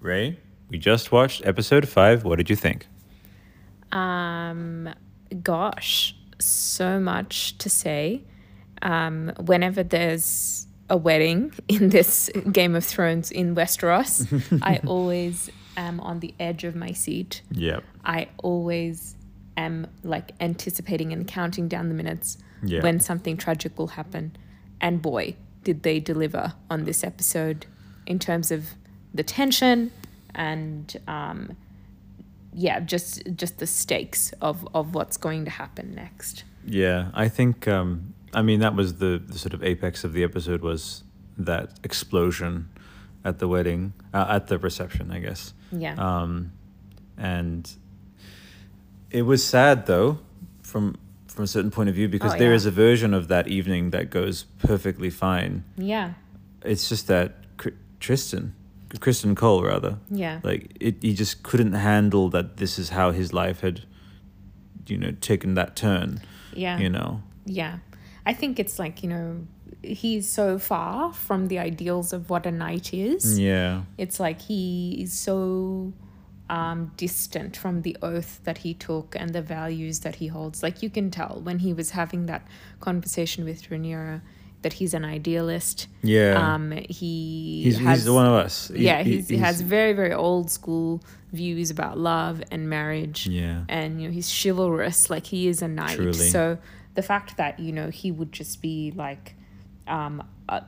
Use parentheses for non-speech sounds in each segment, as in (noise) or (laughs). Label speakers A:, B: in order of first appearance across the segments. A: Ray, we just watched episode five. What did you think?
B: Um, gosh, so much to say. Um, whenever there's a wedding (laughs) in this Game of Thrones in Westeros, I always am on the edge of my seat.
A: Yeah.
B: I always am like anticipating and counting down the minutes
A: Yeah.
B: when something tragic will happen. And boy, did they deliver on this episode in terms of the tension and um, yeah, just just the stakes of of what's going to happen next.
A: Yeah, I think um, I mean that was the, the sort of apex of the episode was that explosion at the wedding, uh, at the reception, I guess.
B: Yeah.
A: Um, and it was sad though, from from a certain point of view, because
B: Oh,
A: there
B: yeah.
A: is a version of that evening that goes perfectly fine.
B: yeah.
A: It's just that Cr- Tristan, Kristen Cole rather,
B: Yeah.
A: like it, he just couldn't handle that. This is how his life had, you know, taken that turn.
B: yeah.
A: You know.
B: Yeah. I think it's like, you know, he's so far from the ideals of what a knight is.
A: Yeah.
B: It's like he is so um, distant from the oath that he took and the values that he holds. Like you can tell when he was having that conversation with Rhaenyra that he's an idealist.
A: Yeah.
B: Um, he
A: he's,
B: has,
A: he's the one of us. He-
B: yeah,
A: he-
B: he's, he has very very old school views about love and marriage.
A: Yeah.
B: and you know he's chivalrous, like he is a knight.
A: Truly.
B: So the fact that you know he would just be like, um, uh,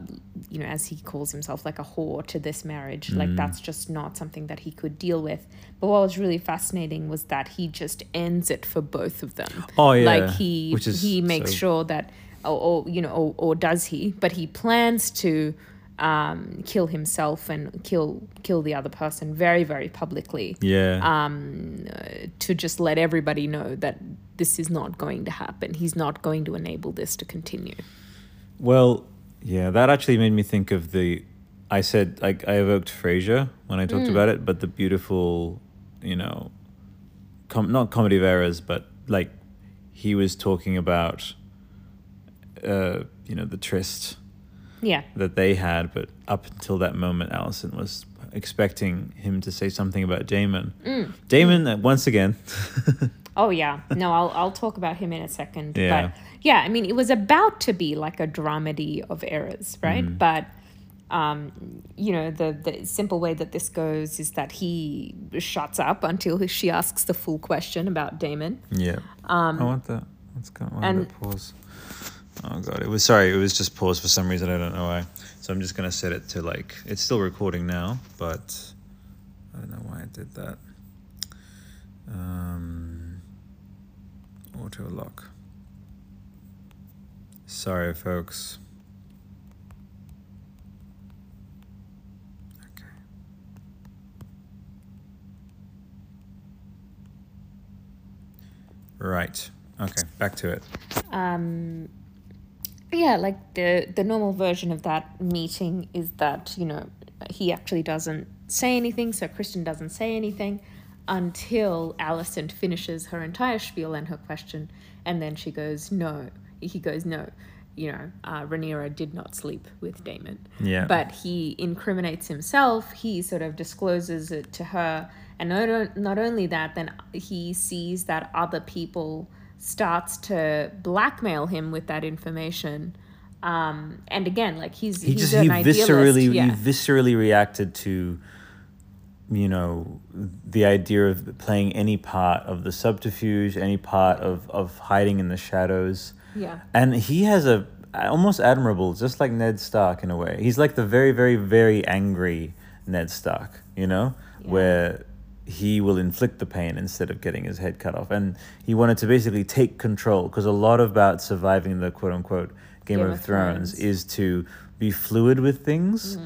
B: you know, as he calls himself, like a whore to this marriage,
A: Mm.
B: like that's just not something that he could deal with. But what was really fascinating was that he just ends it for both of them.
A: Oh, yeah,
B: like he
A: which is
B: he makes
A: so-
B: sure that. Or, or you know, or, or does he? But he plans to um, kill himself and kill kill the other person very very publicly
A: Yeah.
B: um, uh, to just let everybody know that this is not going to happen. He's not going to enable this to continue.
A: well, yeah, that actually made me think of the. I said like I evoked Frasier when I
B: Mm.
A: talked about it, but the beautiful, you know, com- not comedy of errors, but like he was talking about, uh, you know, the tryst
B: Yeah,
A: that they had, but up until that moment, Allison was expecting him to say something about Damon. Damon, uh, once again,
B: Oh yeah,
A: (laughs)
B: no, I'll I'll talk about him in a second.
A: Yeah.
B: But yeah, I mean, it was about to be like a dramedy of errors, right?
A: Mm.
B: But um, you know, the the simple way that this goes is that he shuts up until he- she asks the full question about Damon.
A: (laughs) Yeah. Um, I want that. Let's go. I want a bit pause. Oh god, it was sorry. It was just pause for some reason. I don't know why. So I'm just gonna set it to like it's still recording now, but I don't know why I did that. Um, auto lock. Sorry, folks. Okay. Right. Okay. Back to it.
B: um yeah like the the normal version of that meeting is that you know he actually doesn't say anything so kristen doesn't say anything until allison finishes her entire spiel and her question and then she goes no he goes no you know uh, Rhaenyra did not sleep with damon
A: Yeah.
B: but he incriminates himself he sort of discloses it to her and not, not only that then he sees that other people starts to blackmail him with that information um, and again like he's
A: he
B: he's
A: just
B: an
A: he
B: idealist
A: viscerally
B: yeah.
A: he viscerally reacted to you know the idea of playing any part of the subterfuge any part of of hiding in the shadows
B: Yeah.
A: and he has a almost admirable just like ned stark in a way he's like the very very very angry ned stark you know where he will inflict the pain instead of getting his head cut off and he wanted to basically take control because a lot about surviving the quote unquote game,
B: Game
A: of,
B: of
A: thrones
B: Thrones. Mm.
A: is to be fluid with things.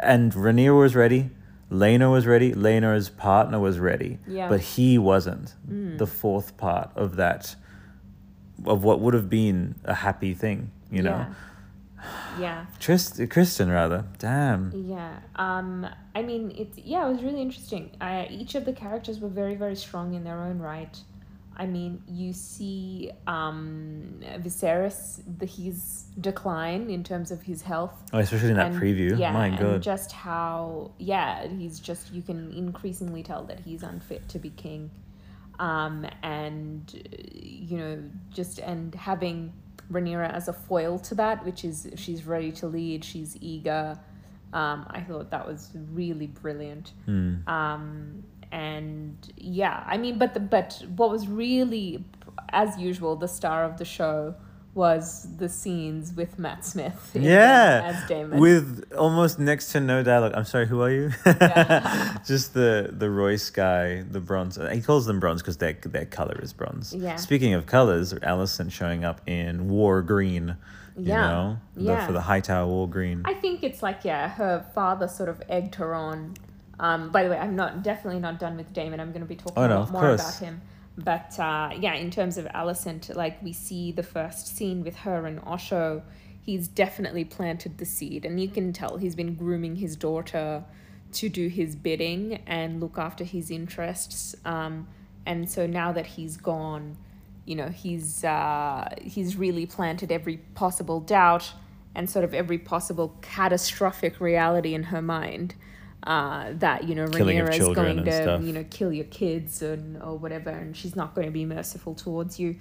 A: And Rainier was ready. Lena was ready. Lena's partner was ready.
B: Yeah. Mm.
A: But he wasn't. The fourth part of that, of what would have been a happy thing, you know?
B: yeah, yeah.
A: Trist, Kristen, rather. Damn.
B: Yeah. Um. I mean, it's yeah. It was really interesting. Uh, each of the characters were very, very strong in their own right. I mean, you see um, Viserys, the, his decline in terms of his health.
A: Oh, especially in that
B: And-
A: preview.
B: Yeah,
A: My
B: and
A: God.
B: just how yeah, he's just you can increasingly tell that he's unfit to be king, um, and uh, you know just and having Rhaenyra as a foil to that, which is she's ready to lead, she's eager. Um, I thought that was really brilliant.
A: Hmm.
B: Um, and yeah, I mean, but the, but what was really, as usual, the star of the show was the scenes with Matt Smith. in-
A: yeah.
B: as Damon.
A: With almost next to no dialogue. I'm sorry, who are you?
B: Yeah.
A: (laughs) Just the the Royce guy, the bronze. He calls them bronze because their their color is bronze.
B: Yeah.
A: Speaking of colors, Allison showing up in war green. You
B: Yeah.
A: know, The-
B: Yeah.
A: for the high tower war green.
B: I think it's like yeah, her father sort of egged her on. Um, by the way, I'm not definitely not done with Damon. I'm going to be talking
A: Oh,
B: a
A: no,
B: lot
A: of
B: more
A: course.
B: about him. But uh, yeah, in terms of Alicent, like we see the first scene with her and Osho, he's definitely planted the seed, and you can tell he's been grooming his daughter to do his bidding and look after his interests. Um, and so now that he's gone, you know, he's uh, he's really planted every possible doubt and sort of every possible catastrophic reality in her mind uh, that you know
A: Killing of
B: Rhaenyra is
A: children
B: going
A: and
B: to
A: stuff.
B: you know kill your kids and or whatever, and she's not going to be merciful towards you.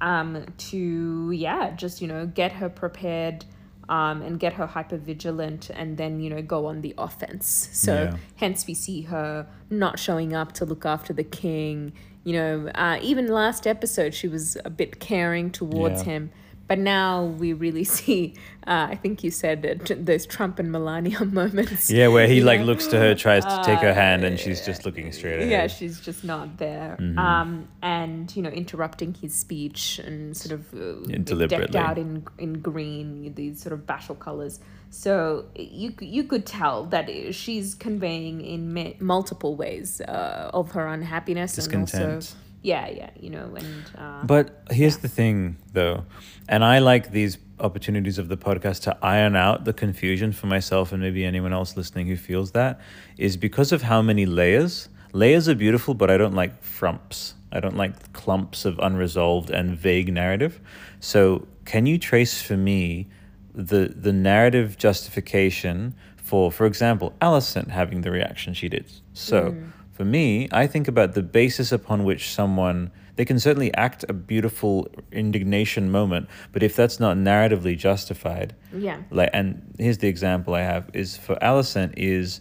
B: Um, to yeah, just you know get her prepared. Um, and get her hyper vigilant, and then you know go on the offense. So
A: Yeah.
B: hence we see her not showing up to look after the king. You know, uh, even last episode she was a bit caring towards
A: Yeah.
B: him, but now we really (laughs) see. Uh, I think you said uh, tr- those Trump and Melania (laughs) moments.
A: yeah, where he
B: you
A: like
B: know?
A: looks to her, tries to take her hand, and she's just looking straight ahead.
B: Uh, Yeah, she's just not there.
A: Mm-hmm.
B: Um, and you know, interrupting his speech and sort of uh,
A: Yeah,
B: decked
A: deliberately.
B: out in in green, these sort of basho colors. So you c- you could tell that she's conveying in ma- multiple ways uh, of her unhappiness and
A: Discontent.
B: also yeah, yeah, you know, and uh,
A: But here's the thing, though, and I like these opportunities of the podcast to iron out the confusion for myself and maybe anyone else listening who feels that is because of how many layers. Layers are beautiful, but I don't like frumps. I don't like clumps of unresolved and vague narrative. So, can you trace for me the the narrative justification for, for example, Alison having the reaction she did. So for me, I think about the basis upon which someone they can certainly act a beautiful indignation moment, but if that's not narratively justified,
B: yeah,
A: like and here's the example I have is for Alison is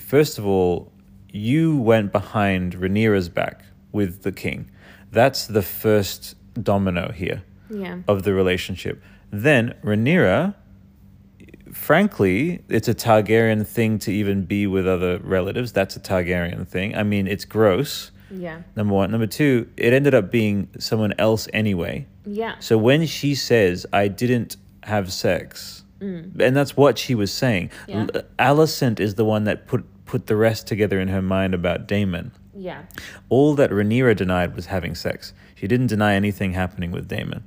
A: first of all, you went behind Rhaenyra's back with the king. That's the first domino here
B: yeah,
A: of the relationship. Then Rhaenyra, frankly, it's a Targaryen thing to even be with other relatives. That's a Targaryen thing. I mean, it's gross.
B: yeah,
A: Number one. Number two, it ended up being someone else anyway.
B: yeah,
A: So when she says, I didn't have sex, and that's what she was saying,
B: Yeah.
A: L- Alicent is the one that put, put the rest together in her mind about Damon.
B: yeah,
A: All that Rhaenyra denied was having sex. She didn't deny anything happening with Damon.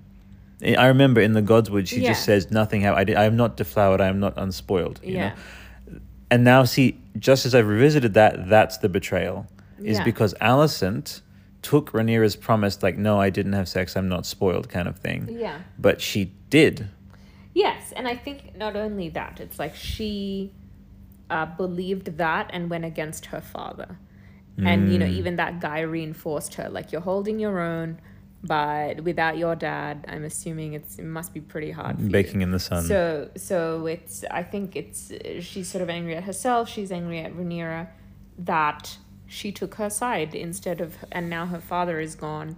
A: I I remember in the Godswood, she just
B: Yeah.
A: says nothing. hap- I, did, I am not deflowered. I am not unspoiled. You
B: yeah,
A: know? And now, see, just as I've revisited that, that's the betrayal. Is
B: Yeah.
A: because Alicent took Rhaenyra's promise, like, no, I didn't have sex. I'm not spoiled, kind of thing.
B: yeah.
A: But she did.
B: Yes, and I think not only that, it's like she uh, believed that and went against her father. And, you know,
A: Mm.
B: even that guy reinforced her like, you're holding your own, but without your dad, I'm assuming it's, it must be pretty hard for you.
A: Baking in the sun.
B: So, so it's. I think it's. She's sort of angry at herself. She's angry at Rhaenyra that she took her side instead of, and now her father is gone.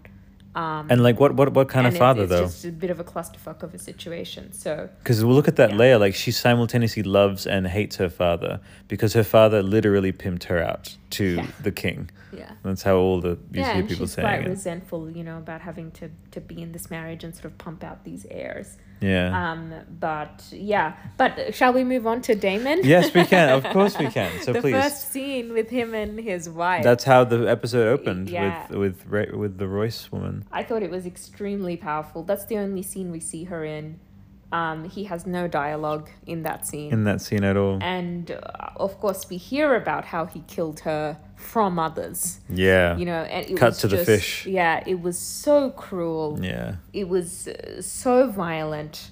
B: um,
A: and like, what, what, what kind
B: and
A: of
B: it-
A: father
B: it's
A: though?
B: just a bit of a clusterfuck of a situation. So,
A: Because we'll look at that
B: Yeah.
A: layer, like she simultaneously loves and hates her father because her father literally pimped her out to
B: Yeah.
A: the king.
B: yeah.
A: That's how all the you
B: yeah,
A: hear
B: and
A: people
B: she's quite
A: saying it.
B: resentful, you know, about having to to be in this marriage and sort of pump out these airs.
A: Yeah.
B: Um, but yeah, but shall we move on to Damon?
A: (laughs) yes, we can.
B: (laughs)
A: Of course, we can. So
B: the
A: please.
B: first scene with him and his wife.
A: That's how the episode opened
B: Yeah.
A: with with Ra- with the Royce woman.
B: I thought it was extremely powerful. That's the only scene we see her in. Um, he has no dialogue in that scene.
A: in that scene at all.
B: and uh, of course, we hear about how he killed her from others.
A: Yeah.
B: You know, and it
A: Cut
B: was
A: to the
B: just-
A: fish.
B: Yeah, it was so cruel.
A: yeah.
B: It was uh, so violent.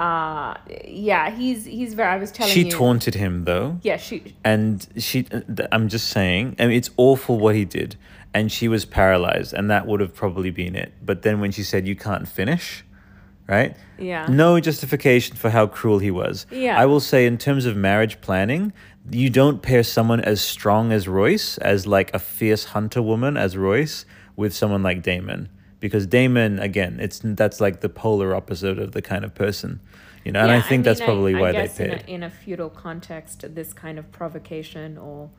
B: Uh, yeah, he's he's very. I was telling
A: She
B: you.
A: taunted him though.
B: yeah, she.
A: and she th- i'm just saying i mean it's awful what he did and she was paralyzed and that would have probably been it but then when she said you can't finish right
B: Yeah.
A: no justification for how cruel he was
B: Yeah.
A: i will say in terms of marriage planning you don't pair someone as strong as royce as like a fierce hunter woman as royce with someone like damon because damon again it's that's like the polar opposite of the kind of person you know and
B: Yeah,
A: i think that's
B: mean, I-
A: probably
B: I
A: why
B: guess
A: they
B: in
A: paired
B: a, in a feudal context, this kind of provocation or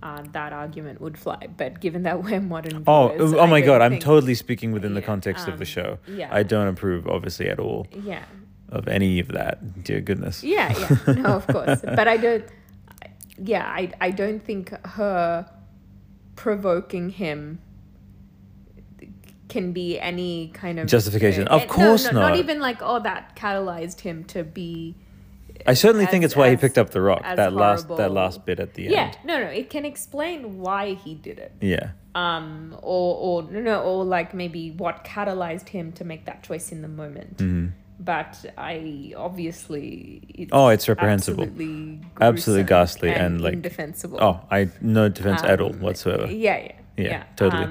B: uh, that argument would fly. But given that we're modern,
A: Oh,
B: viewers,
A: oh
B: I
A: my
B: don't
A: god, I'm
B: think-
A: totally speaking within the
B: Yeah, um,
A: context of the show.
B: yeah.
A: I don't approve obviously at all
B: Yeah,
A: of any of that. Dear goodness.
B: yeah,
A: (laughs)
B: yeah. No, of course, but I don't. I- Yeah, I I don't think her provoking him can be any kind of
A: Justification. Of
B: eh, no,
A: course
B: no, not.
A: not.
B: even like oh that catalyzed him to be
A: I certainly think
B: As-
A: it's why he
B: as-
A: picked up the rock.
B: as
A: That last that
B: horrible-
A: last bit at the
B: yeah
A: end.
B: no no it can explain why he did it
A: Yeah.
B: um or or no no or like maybe what catalyzed him to make that choice in the moment
A: Mm-hmm.
B: but i obviously it's
A: Oh, it's reprehensible.
B: absolutely,
A: Absolutely
B: gruesome
A: ghastly and, like-
B: indefensible
A: Oh, I no defense at all
B: Um,
A: whatsoever.
B: yeah yeah
A: Yeah, totally.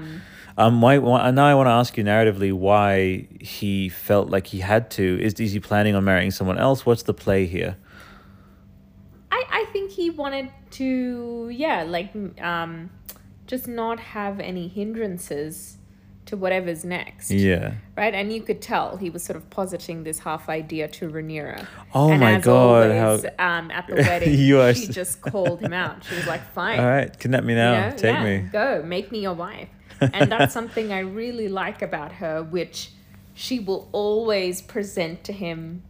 A: Um, why, why, now I want to ask you narratively why he felt like he had to. Is, is he planning on marrying someone else? What's the play here?
B: I, I think he wanted to, yeah, like, um, just not have any hindrances to whatever's next,
A: Yeah.
B: right? And you could tell he was sort of positing this half idea to Rhaenyra.
A: Oh
B: and
A: my
B: as
A: God,
B: Always, um, at the wedding,
A: (laughs) You are
B: she
A: s-
B: just called him out.
A: (laughs)
B: She was like, "Fine,
A: All right, kidnap me now.
B: you know,
A: Take
B: yeah,
A: me.
B: Go, make me your
A: (laughs)
B: wife. And that's something I really like about her, which she will always present to him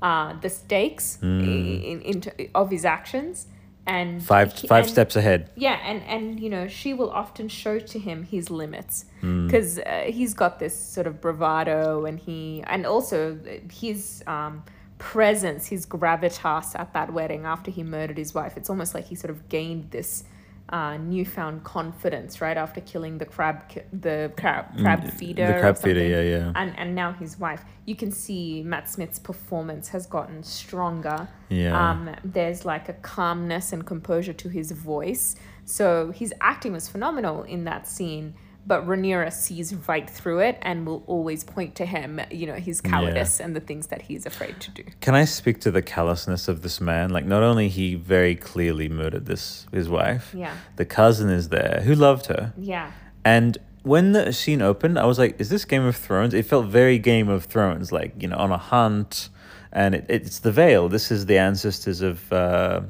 B: uh, the stakes
A: Hmm.
B: in, in, in- of his actions. And
A: Five
B: he-
A: five
B: and-
A: steps ahead.
B: Yeah, and, and you know, she will often show to him his limits
A: Hmm.
B: because uh, he's got this sort of bravado and he, and also his um, presence, his gravitas at that wedding after he murdered his wife. It's almost like he sort of gained this uh, newfound confidence right after killing the crab, ki- the crab, crab feeder.
A: Mm, the
B: or
A: crab feeder,
B: something.
A: yeah, yeah.
B: And, and now his wife. You can see Matt Smith's performance has gotten stronger.
A: Yeah.
B: Um, there's like a calmness and composure to his voice. So his acting was phenomenal in that scene, but Rhaenyra sees right through it and will always point to him, you know, his cowardice and the things that he's afraid to do.
A: Can I speak to the callousness of this man? Like, not only he very clearly murdered this his wife,
B: Yeah.
A: the cousin is there who loved her,
B: Yeah.
A: and when the scene opened, I was like, "Is this Game of Thrones?" It felt very Game of Thrones, like you know, on a hunt, and it, it's the Vale. This is the ancestors of uh,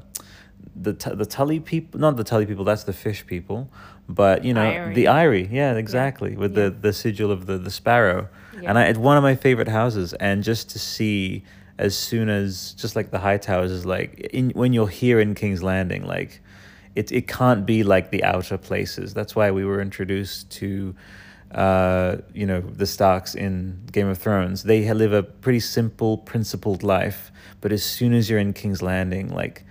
A: the Tu- the Tully people, not the Tully people. That's the fish people, but you know, the Eyrie. Yeah, exactly, with the the sigil of the the sparrow, and I, it's one of my favorite houses. And just to see as soon as just like the high towers is like in when you're here in King's Landing, like it it can't be like the outer places. That's why we were introduced to uh you know the starks in game of thrones they ha- live a pretty simple principled life but as soon as you're in king's landing like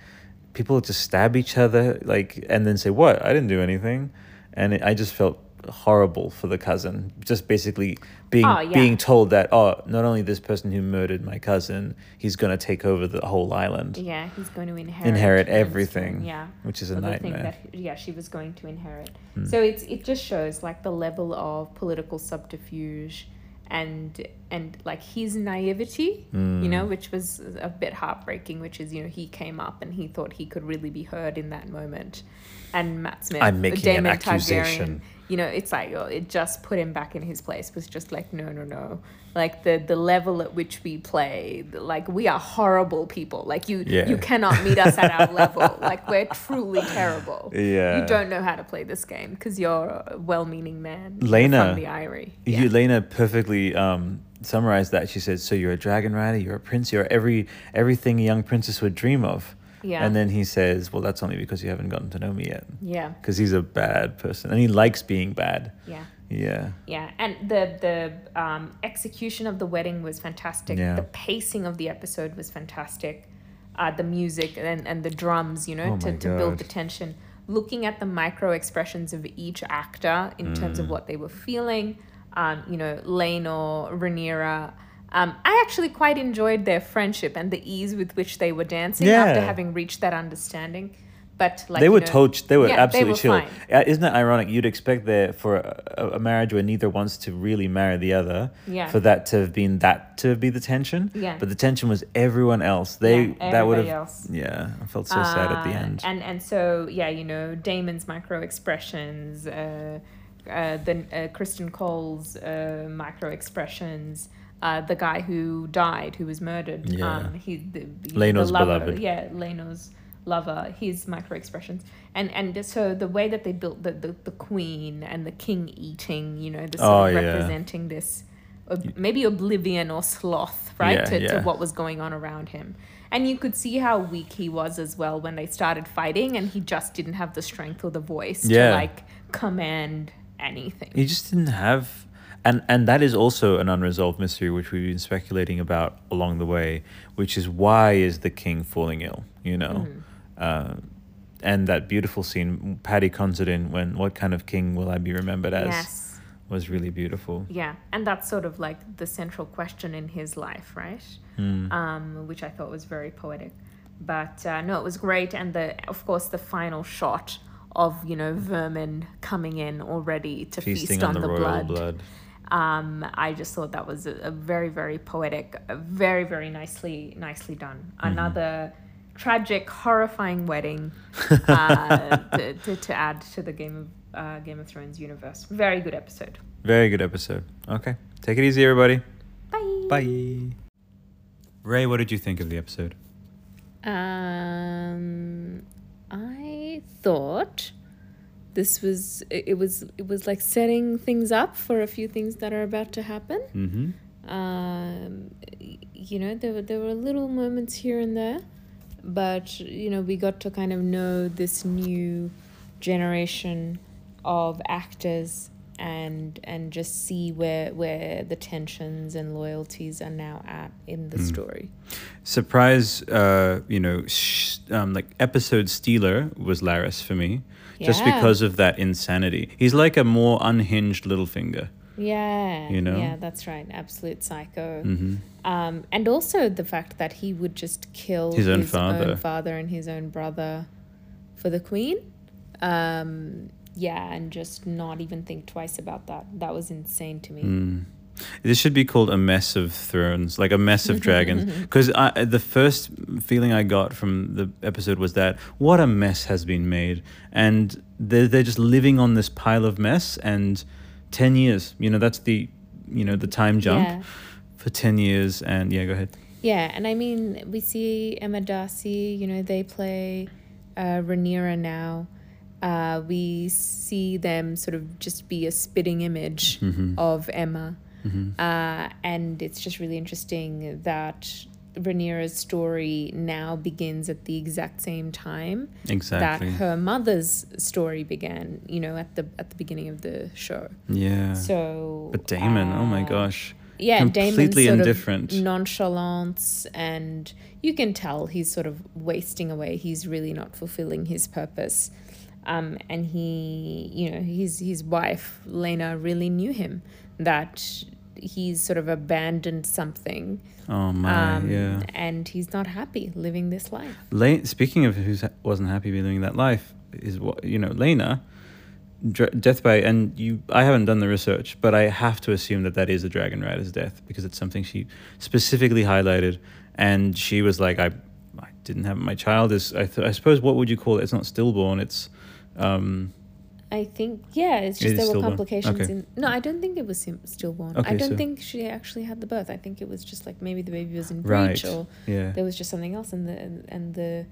A: people just stab each other like and then say what i didn't do anything and it, i just felt horrible for the cousin just basically being
B: Oh, yeah.
A: being told that oh not only this person who murdered my cousin he's going to take over the whole island
B: Yeah, he's going to inherit
A: inherit
B: and it's-
A: everything
B: Yeah.
A: which is a
B: Or the thing
A: nightmare Hmm.
B: that yeah she was going to inherit so it's it just shows like the level of political subterfuge and and like his naivety you
A: Hmm.
B: know which was a bit heartbreaking which is you know he came up and he thought he could really be heard in that moment and Matt Smith
A: I'm making an
B: Daemon
A: accusation.
B: you know it's like oh, it just put him back in his place was just like no no no like the the level at which we play the- like we are horrible people like you
A: Yeah.
B: you cannot meet us at
A: (laughs)
B: our level like we're truly terrible
A: Yeah.
B: you don't know how to play this game because you're a well-meaning man You're
A: Lena.
B: from the Irie yeah.
A: Elena perfectly um, summarized that. She said, "So you're a dragon rider, you're a prince, you're every everything a young princess would dream of."
B: Yeah.
A: And then he says, "Well, that's only because you haven't gotten to know me yet,
B: yeah
A: because he's a bad person, and he likes being bad.
B: yeah
A: Yeah.
B: Yeah, and the the um, execution of the wedding was fantastic.
A: Yeah.
B: The pacing of the episode was fantastic. Uh, the music and, and the drums, you know,
A: Oh
B: to,
A: my
B: to build
A: God.
B: the tension. Looking at the micro expressions of each actor in terms
A: Mm.
B: of what they were feeling, um, you know, Lane or Rhaenyra. Um, I actually quite enjoyed their friendship and the ease with which they were dancing after
A: Yeah.
B: having reached that understanding. But like
A: they
B: you
A: were
B: know-
A: told they were
B: Yeah,
A: absolutely
B: were
A: chill.
B: fine.
A: Uh, isn't it ironic? You'd expect there for a, a marriage where neither wants to really marry the other,
B: Yeah.
A: for that to have been that to be the tension.
B: Yeah.
A: But the tension was everyone else. They
B: Yeah,
A: that would have.
B: everybody else.
A: Yeah, I felt so sad at the
B: Uh,
A: end.
B: And and so yeah, you know Damon's micro expressions, uh, uh, the uh, Kristen Cole's uh, micro expressions, uh, the guy who died, who was murdered.
A: Yeah.
B: Um, he the, the-
A: Leno's
B: the lover,
A: beloved.
B: Yeah, Leno's lover. His micro expressions, and and so the way that they built the the, the queen and the king eating, you know, the sort
A: Oh,
B: of
A: yeah.
B: representing this. ob- Maybe oblivion or sloth, right?
A: Yeah,
B: to, to
A: yeah.
B: what what was going on around him. And you could see how weak he was as well when they started fighting, and he just didn't have the strength or the voice to
A: Yeah.
B: like command anything.
A: He just didn't have, and and that is also an unresolved mystery which we've been speculating about along the way, which is why is the king falling ill? You know,
B: Mm-hmm.
A: Uh, and that beautiful scene Paddy Considine when what kind of king will I be remembered as
B: Yes.
A: was really beautiful.
B: Yeah. And that's sort of like the central question in his life, right?
A: Hmm.
B: Um, which I thought was very poetic. But uh, no, it was great. And the, of course, the final shot of, you know, vermin coming in already to
A: Feasting
B: feast
A: on, the, royal blood.
B: um, I just thought that was a, a very, very poetic, a very, very nicely, nicely done. Another tragic, horrifying wedding uh, to, to, to add to the Game of uh, Game of Thrones universe. Very good episode.
A: Very good episode. Okay, take it easy, everybody.
B: Bye.
A: Bye. Ray, what did you think of the episode?
B: Um, I thought this was it it was it was like setting things up for a few things that are about to happen.
A: Mm-hmm.
B: um, y- you know, there were there were little moments here and there, but you know, we got to kind of know this new generation of actors and and just see where where the tensions and loyalties are now at in the story.
A: surprise uh you know sh- um, like episode stealer was laris for me just
B: Yeah.
A: because of that insanity he's like a more unhinged little finger
B: Yeah,
A: You know? Mm-hmm.
B: yeah, that's right, absolute psycho. Um, and also the fact that he would just kill
A: His own father.
B: father and his own brother for the queen. Um, yeah, and just not even think twice about that. That was insane to me.
A: this should be called a mess of thrones like a mess
B: (laughs)
A: of dragons
B: Mm-hmm.
A: because the first feeling i got from the episode was that what a mess has been made and they're, they're just living on this pile of mess and 10 years you know that's the you know the time jump
B: Yeah.
A: for 10 years and yeah go ahead
B: Yeah, and I mean, we see Emma Darcy, you know, they play uh, Rhaenyra now. Uh, we see them sort of just be a spitting image
A: Mm-hmm.
B: of Emma. Uh, and it's just really interesting that Rhaenyra's story now begins at the exact same time
A: exactly
B: that her mother's story began, you know, at the at the beginning of the show.
A: yeah
B: So
A: But Damon, oh my
B: uh,
A: gosh.
B: yeah,
A: Completely
B: Damon's sort
A: indifferent.
B: of nonchalance, and you can tell he's sort of wasting away. He's really not fulfilling his purpose, um, and he, you know, his his wife Lena really knew him that he's sort of abandoned something,
A: Oh my,
B: um,
A: yeah.
B: and he's not happy living this life.
A: Lane, speaking of who wasn't happy with living that life, is what you know, Lena, dra- death by and you. I haven't done the research, but I have to assume that that is a dragon rider's death because it's something she specifically highlighted, and she was like, I, I didn't have my child is. I, th- I suppose what would you call it? It's not stillborn. It's, um,
B: I think yeah, it's
A: It
B: just
A: is
B: there were
A: stillborn.
B: complications.
A: Okay.
B: In no, I don't think it was sim- stillborn. I
A: Okay,
B: don't
A: so-
B: think she actually had the birth. I think it was just like maybe the baby was in
A: Right.
B: breach or
A: yeah.
B: there was just something else, and the and, and the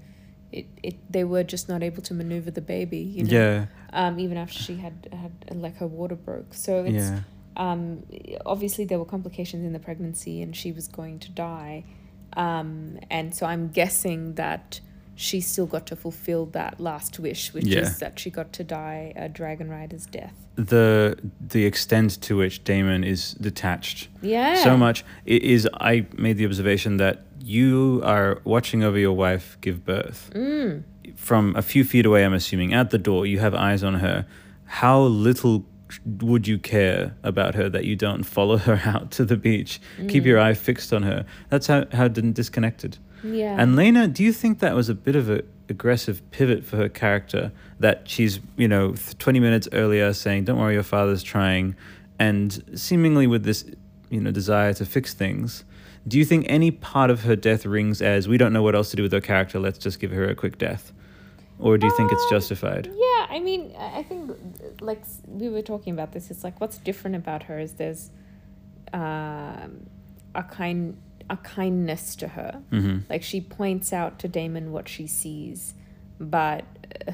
B: it, it they were just not able to maneuver the baby. You know,
A: yeah,
B: um, even after she had had like her water broke, so it's
A: yeah,
B: um, obviously there were complications in the pregnancy and she was going to die um, and so i'm guessing that she still got to fulfill that last wish, which
A: Yeah.
B: is that she got to die a dragon rider's death.
A: the the extent to which Damon is detached
B: Yeah.
A: so much it is I made the observation that you are watching over your wife give birth from a few feet away I'm assuming at the door you have eyes on her how little would you care about her that you don't follow her (laughs) out to the beach keep your eye fixed on her that's how how didn't disconnected
B: Yeah.
A: and Lena, do you think that was a bit of a aggressive pivot for her character that she's, you know, th- 20 minutes earlier saying, "Don't worry, your father's trying," and seemingly with this, you know, desire to fix things. Do you think any part of her death rings as we don't know what else to do with her character, let's just give her a quick death? Or do you think it's
B: Um,
A: justified?
B: Yeah, I mean, I I think like s- we were talking about this. It's like what's different about her is there's um, a kind a kindness to her.
A: Mhm.
B: Like she points out to Damon what she sees, but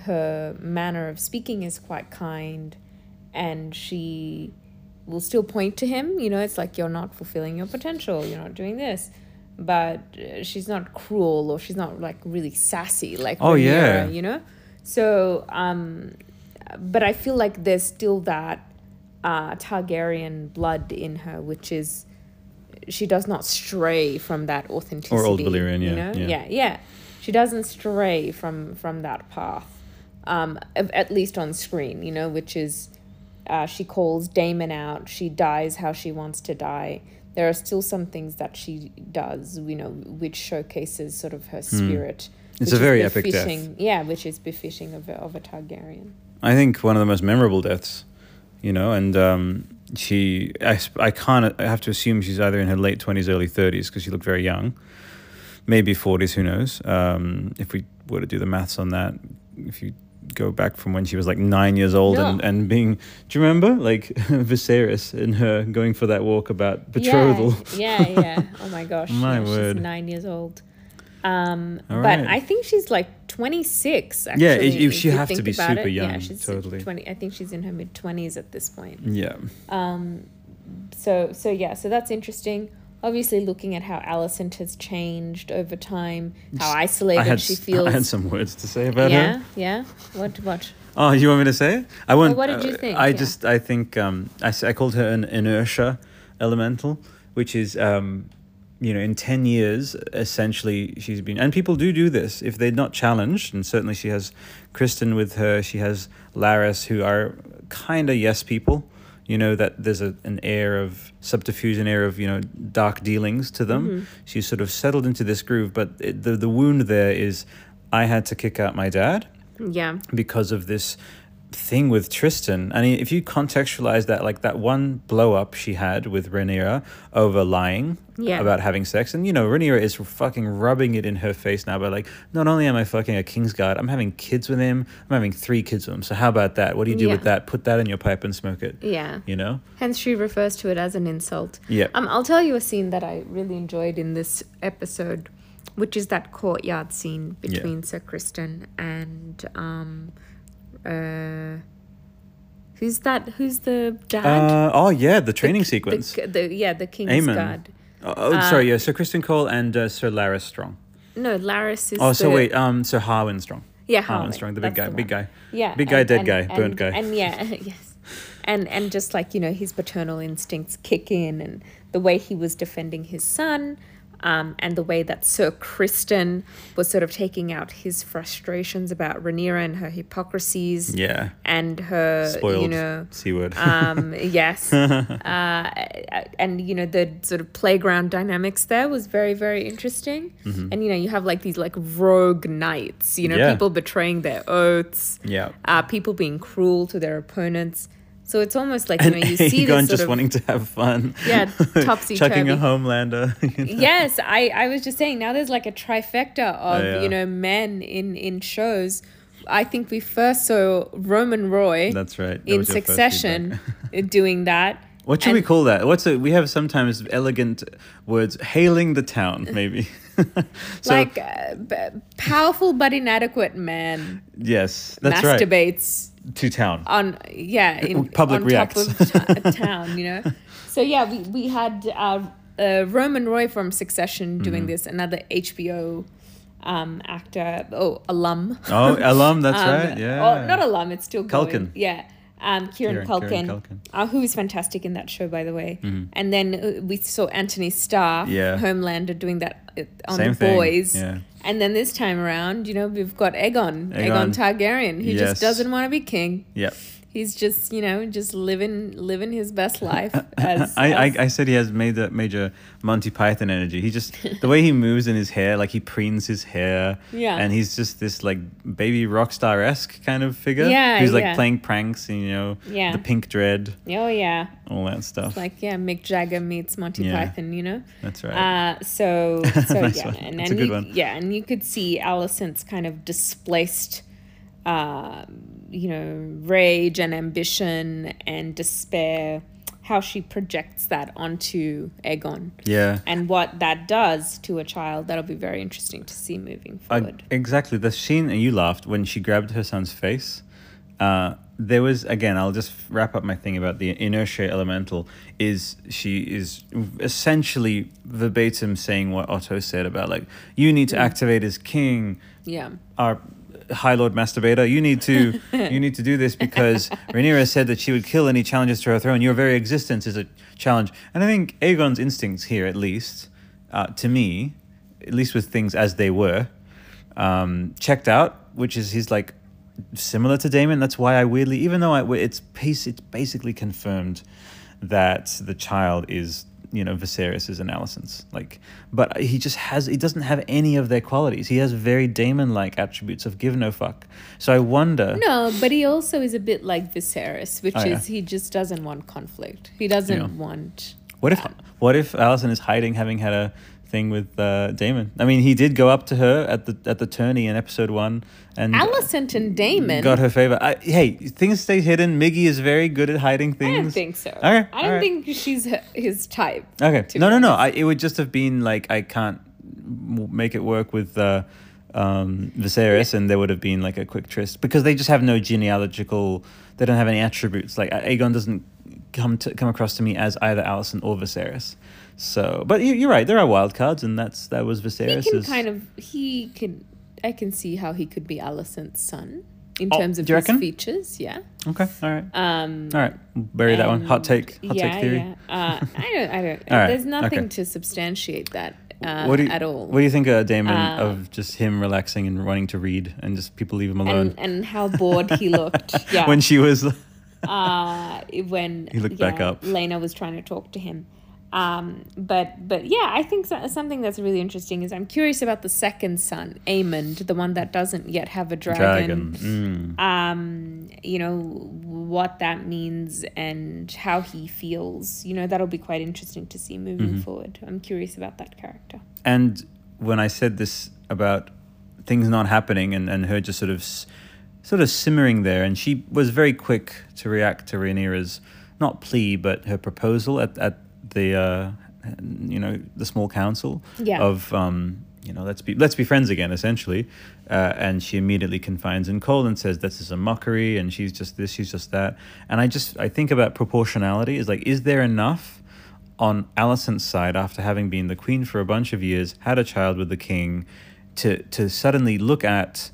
B: her manner of speaking is quite kind, and she will still point to him. You know, it's like you're not fulfilling your potential. You're not doing this. But uh, she's not cruel, or she's not like really sassy, like
A: Oh,
B: Rhaenyra,
A: yeah.
B: you know. So, um, but I feel like there's still that uh, Targaryen blood in her, which is she does not stray from that authenticity.
A: Valyrian,
B: you
A: yeah,
B: know?
A: yeah.
B: yeah, yeah. She doesn't stray from from that path, um, of- at least on screen, you know, which is. Uh, she calls Damon out. She dies how she wants to die. There are still some things that she does, you know, which showcases sort of her spirit.
A: Hmm. It's
B: which
A: a
B: is
A: very epic death.
B: befitting- Yeah, which is befitting of a, of a Targaryen.
A: I think one of the most memorable deaths, you know, and um, she, I, sp- I can't, I have to assume she's either in her late 20s, early 30s, because she looked very young, maybe 40s, who knows? Um, if we were to do the maths on that, if you go back from when she was like nine years old and,
B: Yeah.
A: and being, do you remember? Like (laughs) Viserys and her going for that walk about betrothal.
B: Yeah, yeah. yeah. (laughs) Oh my gosh.
A: My
B: yeah,
A: word.
B: She's nine years old. Um,
A: All
B: but
A: right.
B: I think she's like 26, actually.
A: Yeah, it- you- she
B: you
A: have to
B: think
A: be
B: about
A: super
B: it. Yeah,
A: young,
B: she's
A: totally.
B: 20, I think she's in her mid 20s at this point.
A: Yeah.
B: Um, so, so yeah, so that's interesting. Obviously, looking at how Alicent has changed over time, how isolated
A: I had,
B: she
A: s-
B: feels.
A: I had some words to say about her.
B: yeah, yeah. What, what?
A: Oh, you want me to say it? I won't.
B: what did you
A: uh,
B: think?
A: I
B: Yeah.
A: just, I think, um, I, s- I called her an inertia elemental, which is, um, you know, in 10 years, essentially, she's been, and people do do this if they're not challenged. And certainly she has Kristen with her, she has Laris, who are kind of yes people. You know, that there's a, an air of subterfuge, an air of, you know, dark dealings to them.
B: Mm-hmm.
A: She's sort of settled into this groove, but it, the, the wound there is I had to kick out my dad
B: Yeah.
A: because of this thing with Tristan. I mean, if you contextualize that, like that one blow up she had with Rhaenyra over lying
B: Yeah.
A: about having sex, and you know, Rhaenyra is fucking rubbing it in her face now. But like, not only am I fucking a Kingsguard, I'm having kids with him. I'm having three kids with him. So how about that? What do you do with
B: Yeah.
A: that? Put that in your pipe and smoke it.
B: Yeah.
A: You know?
B: Hence, she refers to it as an insult.
A: Yeah.
B: Um, I'll tell you a scene that I really enjoyed in this episode, which is that courtyard scene
A: Yeah.
B: between Sir Kristen and um, uh, who's that? Who's the dad?
A: Uh, oh yeah, the
B: The
A: training
B: ki- the uh,
A: sequence.
B: ki- The, yeah, the king's
A: Aemon.
B: guard.
A: oh, oh, sorry, yeah. Sir Kristen Cole and uh, Sir Laris Strong.
B: No, Laris is.
A: Oh, so
B: the-
A: wait, um, Sir Harwin Strong.
B: Yeah,
A: Harwin
B: Harwin,
A: Strong, the big
B: that's
A: guy,
B: the
A: big
B: one.
A: guy.
B: Yeah.
A: Big guy, dead guy, burnt
B: and,
A: guy.
B: And yeah, (laughs) yes. And and just like, you know, his paternal instincts kick in and the way he was defending his son, um, and the way that Sir Kristen was sort of taking out his frustrations about Rhaenyra and her hypocrisies
A: Yeah.
B: and her
A: Spoiled.
B: Uh, you know
A: C word.
B: um, yes. Uh, and, you know, the sort of playground dynamics there was very, very interesting. And, you know, you have like these like rogue knights, you know,
A: Mm-hmm. Yeah.
B: people betraying their oaths,
A: (laughs) yeah.
B: uh, people being cruel to their opponents. So it's almost like, you
A: And (laughs)
B: know, you
A: Aegon
B: see this sort
A: just
B: of.
A: wanting to have fun. (laughs)
B: Yeah,
A: Chucking
B: topsy-turvy.
A: a homelander. (laughs) you know.
B: (laughs) yes, I, I was just saying now there's like a trifecta of,
A: Yeah.
B: you know, men in, in shows. I think we first saw Roman Roy
A: That's right. That
B: in
A: was your first
B: Succession
A: feedback.
B: (laughs) doing that.
A: What should we
B: And-
A: call that? What's it? We have sometimes elegant words, hailing the town, maybe. (laughs) so,
B: like uh, b- powerful but inadequate man
A: yes, that's right.
B: masturbates
A: To town.
B: on yeah in
A: Uh, Public
B: on
A: reacts.
B: top of t- town you know
A: (laughs)
B: so yeah we we
A: Mm-hmm.
B: had uh, uh, roman roy from succession doing this another hbo um, actor, oh, alum.
A: Oh, alum, that's
B: Um,
A: right. Yeah.
B: Or not alum, it's still going.
A: Culkin.
B: Yeah. Um, Kieran,
A: Kieran-
B: Culkin,
A: Kieran Culkin. Mm-hmm.
B: Uh, who is fantastic in that show, by the way. And then uh, we saw Anthony Starr, from
A: Yeah.
B: Homelander, doing that uh, on
A: Same
B: The
A: thing,
B: Boys.
A: yeah.
B: And then this time around, you know, we've got Aegon, Aegon,
A: Aegon.
B: Targaryen, who
A: Yes.
B: just doesn't want to be king.
A: Yeah.
B: He's just, you know, just living living his best
A: (laughs)
B: life. as,
A: I, I,
B: as-
A: I said he has made that major Monty Python energy. He just the way he moves in his hair, like he preens his hair,
B: Yeah.
A: and he's just this like baby rock star esque kind of figure,
B: Yeah,
A: who's like
B: yeah.
A: playing pranks and you know
B: Yeah.
A: the pink dread,
B: oh, yeah.
A: all that stuff.
B: Like, yeah, Mick Jagger meets Monty
A: Yeah.
B: Python, you know?
A: That's right.
B: Uh, so,
A: (laughs)
B: so
A: Nice
B: yeah,
A: one.
B: and
A: That's
B: then
A: a good
B: you,
A: one.
B: yeah, and you could see Allison's kind of displaced, uh, you know, rage and ambition and despair. How she projects that onto Aegon,
A: yeah.
B: and what that does to a child. That'll be very interesting to see moving
A: I-
B: forward.
A: exactly. The scene, and you laughed when she grabbed her son's face. Uh, there was again. I'll just wrap up my thing about the inertia elemental. Is she is essentially verbatim saying what Otto said about like you need to activate as king,
B: yeah,
A: our High Lord masturbator. You need to you need to do this because Rhaenyra said that she would kill any challenges to her throne. Your very existence is a challenge, and I think Aegon's instincts here, at least uh, to me, at least with things as they were, um, checked out, which is he's like similar to Damon. That's why I weirdly, even though I, it's bas- it's basically confirmed that the child is you know Viserys's and Allison's. Like, but he just has he doesn't have any of their qualities. He has very Damon like attributes of give no fuck. So I wonder.
B: no, but he also is a bit like Viserys, which
A: Oh, yeah.
B: is he just doesn't want conflict. He doesn't
A: Yeah.
B: want.
A: What if what if Allison is hiding having had a thing with uh, Damon? I mean, he did go up to her at the at the tourney in episode one and.
B: Allison and Damon.
A: Got her favor. I, hey, things stay hidden. Miggy is very good at hiding
B: I
A: things.
B: don't think so.
A: Okay,
B: I don't
A: alright.
B: think she's h- his type.
A: Okay.
B: to
A: No,
B: be
A: no, no.
B: honest.
A: I, it would just have been like I can't w- make it work with uh, um, Viserys, and there would have been like a quick tryst because they just have no genealogical. They don't have any attributes. Like A- Aegon doesn't come to come across to me as either Allison or Viserys. So, but you, you're right. There are wild cards, and that's that was
B: He
A: Viserys.
B: can kind of. He can. I can see how he could be Allison's son in
A: Oh,
B: terms of
A: do you
B: his
A: reckon?
B: features. Yeah.
A: Okay. All right.
B: Um.
A: All right. Bury that one. Hot
B: and-
A: take. Hot take theory.
B: Yeah. Uh, I don't. I
A: (laughs)
B: don't.
A: All right,
B: There's nothing
A: okay.
B: to substantiate that uh,
A: what do you,
B: at all.
A: What do you think, uh, Damon,
B: Uh,
A: of just him relaxing and wanting to read, and just people leave him alone?
B: and and how bored he looked.
A: (laughs)
B: Yeah.
A: when she
B: (laughs)
A: was
B: uh, when
A: He looked back up.
B: Lena was trying to talk to him. Um, but but yeah, I think so, something that's really interesting is I'm curious about the second son, Amond, the one that doesn't yet have a
A: dragon.
B: dragon.
A: Mm.
B: Um, you know what that means and how he feels. You know that'll be quite interesting to see moving
A: Mm-hmm.
B: forward. I'm curious about that character.
A: And when I said this about things not happening and, and her just sort of s- sort of simmering there, and she was very quick to react to Rhaenyra's not plea but her proposal at at the uh, you know the small council
B: Yeah.
A: of um, you know let's be let's be friends again essentially, uh, and she immediately confines in Cole and says this is a mockery and she's just this she's just that, and I just I think about proportionality is like is there enough on Alison's side after having been the queen for a bunch of years, had a child with the king, to to suddenly look at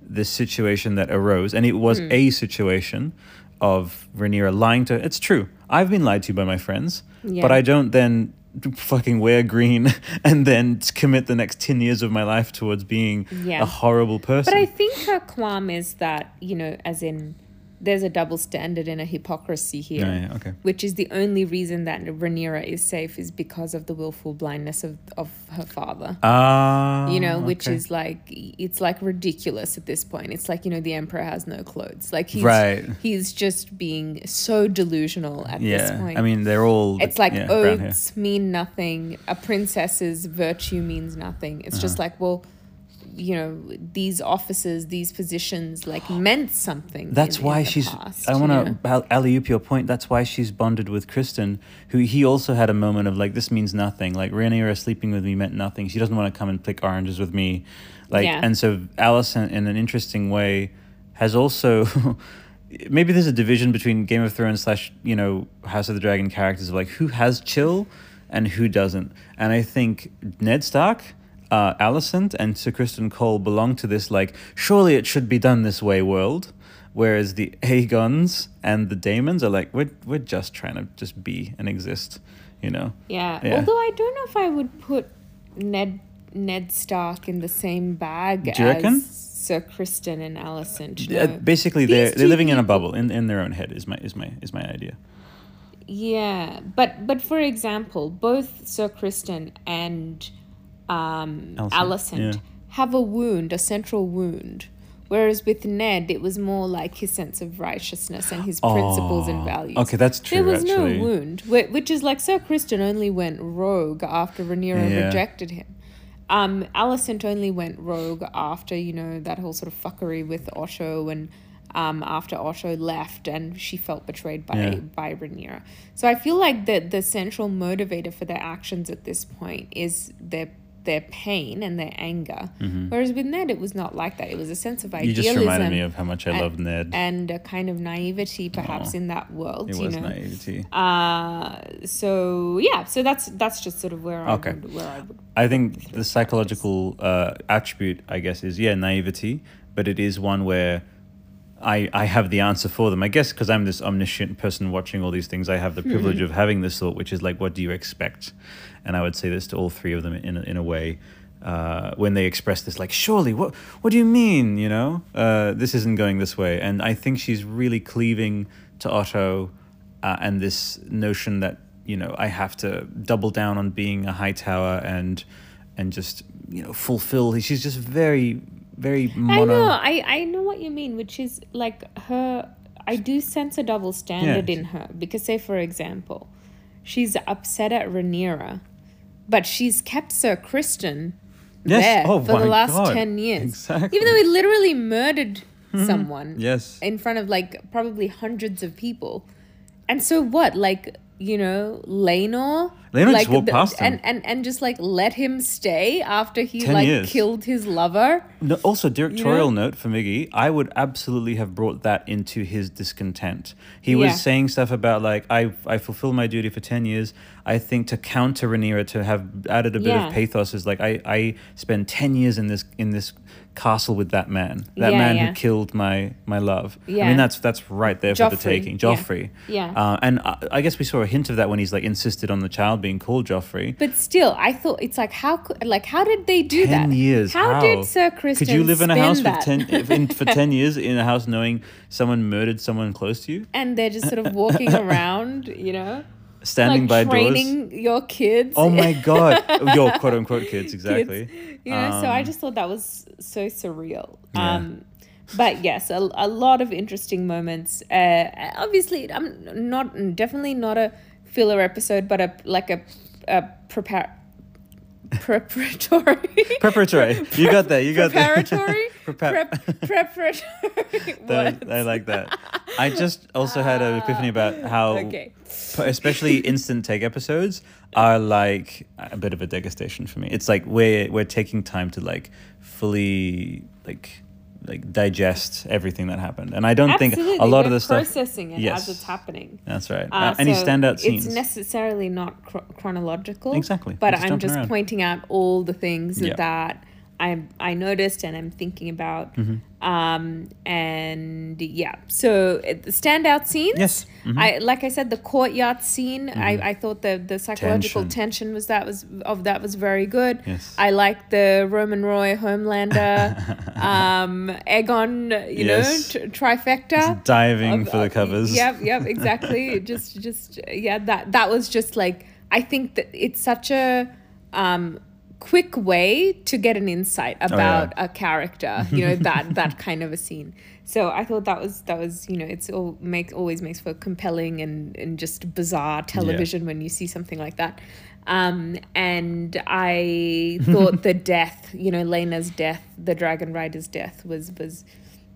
A: this situation that arose, and it was
B: Hmm.
A: a situation of Rhaenyra lying to. It's true. I've been lied to by my friends,
B: Yeah.
A: but I don't then fucking wear green (laughs) and then commit the next 10 years of my life towards being
B: Yeah.
A: a horrible person.
B: But I think her qualm is that you know, as in, there's a double standard and a hypocrisy here.
A: Yeah, yeah, okay.
B: which is the only reason that Rhaenyra is safe is because of the willful blindness of, of her father.
A: Ah,
B: You know, which
A: okay.
B: is like it's like ridiculous at this point. It's like you know the emperor has no clothes. Like he's
A: Right.
B: he's just being so delusional at this
A: yeah.
B: point.
A: I mean, they're all
B: it's like
A: yeah, brown hair.
B: oaths mean nothing. A princess's virtue means nothing. It's just
A: Uh-huh.
B: like well, you know, these offices, these positions,
A: (gasps)
B: like meant something.
A: That's
B: in- in
A: why
B: the
A: she's.
B: past,
A: I
B: you
A: want
B: know?
A: to alley oop your point. That's why she's bonded with Kristen, who he also had a moment of like, this means nothing. Like Rhaenyra sleeping with me meant nothing. She doesn't want to come and pick oranges with me, like.
B: Yeah.
A: And so Allison, in an interesting way, has also. (laughs) Maybe there's a division between Game of Thrones slash you know House of the Dragon characters of like who has chill, and who doesn't. And I think Ned Stark. uh, Alicent and Sir Kristen Cole belong to this like surely it should be done this way world, whereas the Aegons and the Daemons are like we're we're just trying to just be and exist, you know.
B: Yeah.
A: Yeah.
B: Although I don't know if I would put Ned Ned Stark in the same bag
A: Do you
B: as
A: reckon?
B: Sir Kristen and Alicent.
A: Uh,
B: no.
A: basically, they're
B: These
A: they're
B: two
A: living in a bubble in, in their own head is my is my is my idea.
B: Yeah, but but for example, both Sir Kristen and um,
A: Alicent,
B: Alicent
A: yeah.
B: have a wound, a central wound. Whereas with Ned, it was more like his sense of righteousness and his principles and
A: Oh,
B: values.
A: okay, that's
B: There
A: true,
B: was
A: actually.
B: no wound, whi- which is like Sir Kristen only went rogue after Rhaenyra
A: Yeah.
B: rejected him. Um, Alicent only went rogue after you know that whole sort of fuckery with Otto and um, after Otto left and she felt betrayed by
A: Yeah.
B: by Rhaenyra. So I feel like the the central motivator for their actions at this point is their their pain and their anger. Whereas with Ned, it was not like that. It was a sense of
A: Mm-hmm. You
B: idealism.
A: just reminded me of how much I
B: and-
A: love Ned.
B: and a kind of naivety, perhaps, in that world.
A: It
B: you
A: was
B: know?
A: naivety.
B: Uh, so yeah, so that's that's just sort of where
A: Okay.
B: I would, where I would.
A: I think the psychological uh, attribute, I guess, is yeah, naivety, but it is one where I I have the answer for them. I guess because I'm this omniscient person watching all these things, I have the
B: Hmm.
A: privilege of having this thought, which is like, what do you expect? And I would say this to all three of them in a, in a way. Uh, when they express this, like, surely, what, what do you mean? You know, uh, this isn't going this way. And I think she's really cleaving to Otto, uh, and this notion that you know I have to double down on being a high tower and and just you know fulfill. She's just very very
B: I know,
A: mono.
B: I I know what you mean, which is like her. I do sense a double standard
A: Yeah.
B: in her because, say, for example, she's upset at Rhaenyra, but she's kept Sir Kristen
A: Yes,
B: there
A: oh
B: for the
A: my
B: last
A: God,
B: ten years,
A: exactly. Mm-hmm.
B: even though he literally murdered someone.
A: Yes.
B: in front of like probably hundreds of people. And so what? Like, you know, Lainor?
A: Laenor just
B: like,
A: walked
B: the-
A: past him.
B: And, and, and just like let him stay after he
A: Ten
B: like
A: years.
B: killed his lover.
A: No, also, directorial note for Miggy, I would absolutely have brought that into his discontent. He
B: Yeah.
A: was saying stuff about like I I fulfilled my duty for ten years. I think to counter Rhaenyra to have added a bit
B: Yeah.
A: of pathos is like I I spent ten years in this in this castle with that man, that
B: Yeah,
A: man
B: yeah.
A: who killed my my love. I
B: Yeah.
A: mean that's that's right there for the
B: Joffrey,
A: taking,
B: yeah.
A: Joffrey.
B: Yeah.
A: Uh, and I, I guess we saw a hint of that when he's like insisted on the child being called Joffrey.
B: But still, I thought it's like how could like how did they do that?
A: Ten years.
B: How, did Sir Christian?
A: Could you live in a house
B: that?
A: with ten if in, for ten years in a house knowing someone murdered someone close to you,
B: (laughs) and they're just sort of
A: (laughs)
B: walking around, you know,
A: standing
B: like
A: by doors?
B: training your (laughs) kids.
A: Oh my god! Your quote unquote kids, exactly. Um,
B: kids. You know, so I just thought that was so surreal. Um, but yes, a, a lot of interesting moments. Uh, obviously, I'm not definitely not a filler episode, but a like a a prepar- (laughs) preparatory.
A: Preparatory. You got that. You got that.
B: preparatory.
A: Prepar-
B: prep- preparatory.
A: (laughs) That-
B: words.
A: I like that. I just also had an epiphany
B: (laughs)
A: about how,
B: Okay.
A: p- especially instant take episodes, are like a bit of a degustation for me. It's like we're we're taking time to like fully like like digest everything that happened, and I don't think a
B: Absolutely,
A: lot of
B: we're
A: the stuff.
B: processing it
A: Yes.
B: as it's happening.
A: That's right.
B: Uh,
A: Uh, any
B: so
A: standout scenes?
B: It's necessarily not chro- chronological.
A: Exactly.
B: But
A: We're just
B: I'm
A: jumping
B: just
A: around.
B: pointing out all the things
A: Yeah.
B: that I I noticed and I'm thinking about.
A: Mm-hmm.
B: Um, and yeah, so uh, the standout scenes.
A: Yes.
B: I like I said the courtyard scene. I, I thought the the psychological tension.
A: Mm-hmm. Tension.
B: was that was of that was very good.
A: Yes.
B: I liked the Roman Roy
A: (laughs)
B: Homelander, um, Egon. You
A: Yes.
B: know, tr- trifecta
A: diving
B: of-
A: for the
B: of-
A: covers.
B: Yep, yep,
A: (laughs)
B: exactly. just, just yeah. That that was just like I think that it's such a um, quick way to get an insight
A: Oh,
B: about a character. You
A: (laughs)
B: know that that kind of a scene. So I thought that was that was you know it's all make always makes for compelling and and just bizarre television when you see something like that. Um, and
A: (laughs)
B: I thought the death, you know, Lena's death, the dragon rider's death was was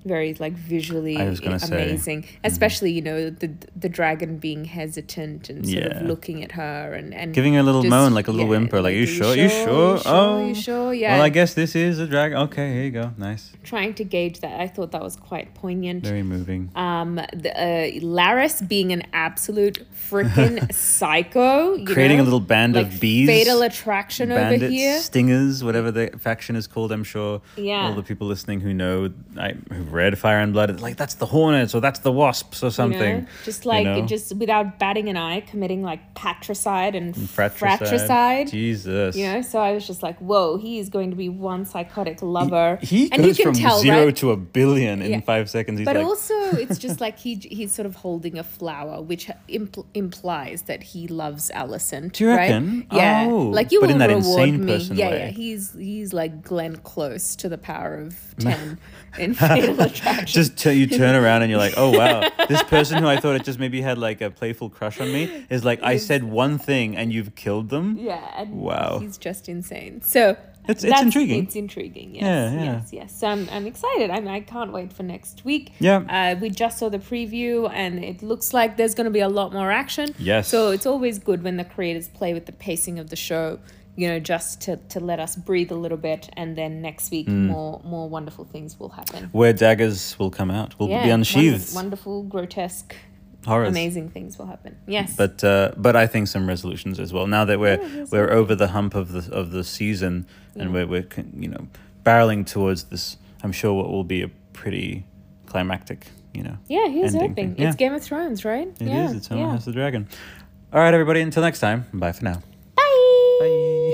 B: very like visually
A: I was gonna say.
B: amazing
A: Mm.
B: especially you know the the dragon being hesitant and sort
A: Yeah.
B: of looking at her and and
A: Giving her a little
B: just-
A: moan, like a little
B: yeah,
A: whimper, like,
B: are
A: you sure? You sure?
B: You sure?
A: Oh.
B: you sure yeah
A: Well, I guess this is a drag. Okay, here you go. Nice.
B: trying to gauge that I thought that was quite poignant
A: Very moving.
B: um the uh, Laris being an absolute
A: (laughs)
B: freaking psycho you
A: Creating a
B: know?
A: little band of
B: Like,
A: bees,
B: fatal attraction over
A: Bandits,
B: here
A: stingers, whatever the faction is called, I'm sure.
B: Yeah.
A: All the people listening who know, I, who've read Fire and Blood, it's like that's the hornets or that's the wasps or
B: you
A: something.
B: know? just like
A: know?
B: just without batting an eye committing like patricide and
A: fratricide.
B: fratricide,
A: Jesus.
B: you know so i was just like whoa he is going to be one psychotic lover
A: He
B: and
A: goes
B: you can
A: from
B: tell
A: zero
B: right
A: to a billion in
B: Yeah.
A: five seconds. He's
B: but
A: like,
B: also it's
A: (laughs)
B: just like he he's sort of holding a flower which impl- implies that he loves allison
A: Do you
B: right?
A: reckon?
B: yeah
A: Oh,
B: like you
A: but
B: will
A: in that
B: reward
A: insane
B: me
A: person
B: yeah
A: way.
B: yeah he's he's like glenn close to the power of 10
A: (laughs)
B: in fatal attraction
A: just t- you
B: (laughs)
A: turn around and you're like, oh wow, this person who I thought had just maybe had like a playful crush on me is like, I said one thing and you've killed them.
B: yeah and
A: Wow.
B: he's just insane so
A: It's- it's
B: that's-
A: intriguing.
B: It's intriguing. Yes,
A: Yeah, yeah.
B: yes, yes. So I'm, I'm excited. I'm, I can't wait for next week.
A: Yeah.
B: Uh, we just saw the preview, and it looks like there's going to be a lot more action.
A: Yes.
B: So it's always good when the creators play with the pacing of the show, you know, just to, to let us breathe a little bit, and then next week
A: Mm.
B: more more wonderful things will happen.
A: Where daggers will come out, will be
B: wonder-
A: unsheathed.
B: wonderful, grotesque,
A: Horrors.
B: amazing things will happen. Yes.
A: But uh, but I think some resolutions as well. Now that we're we're over the hump of the of the season and we're we're con- you know barreling towards this, I'm sure what will be a pretty climactic you know.
B: yeah,
A: ending
B: here's hoping.
A: thing. Yeah.
B: It's Game of Thrones, right?
A: It is.
B: yeah.
A: It's House of the Dragon. All right, everybody. Until next time. Bye for now.
B: Bye.
A: Bye.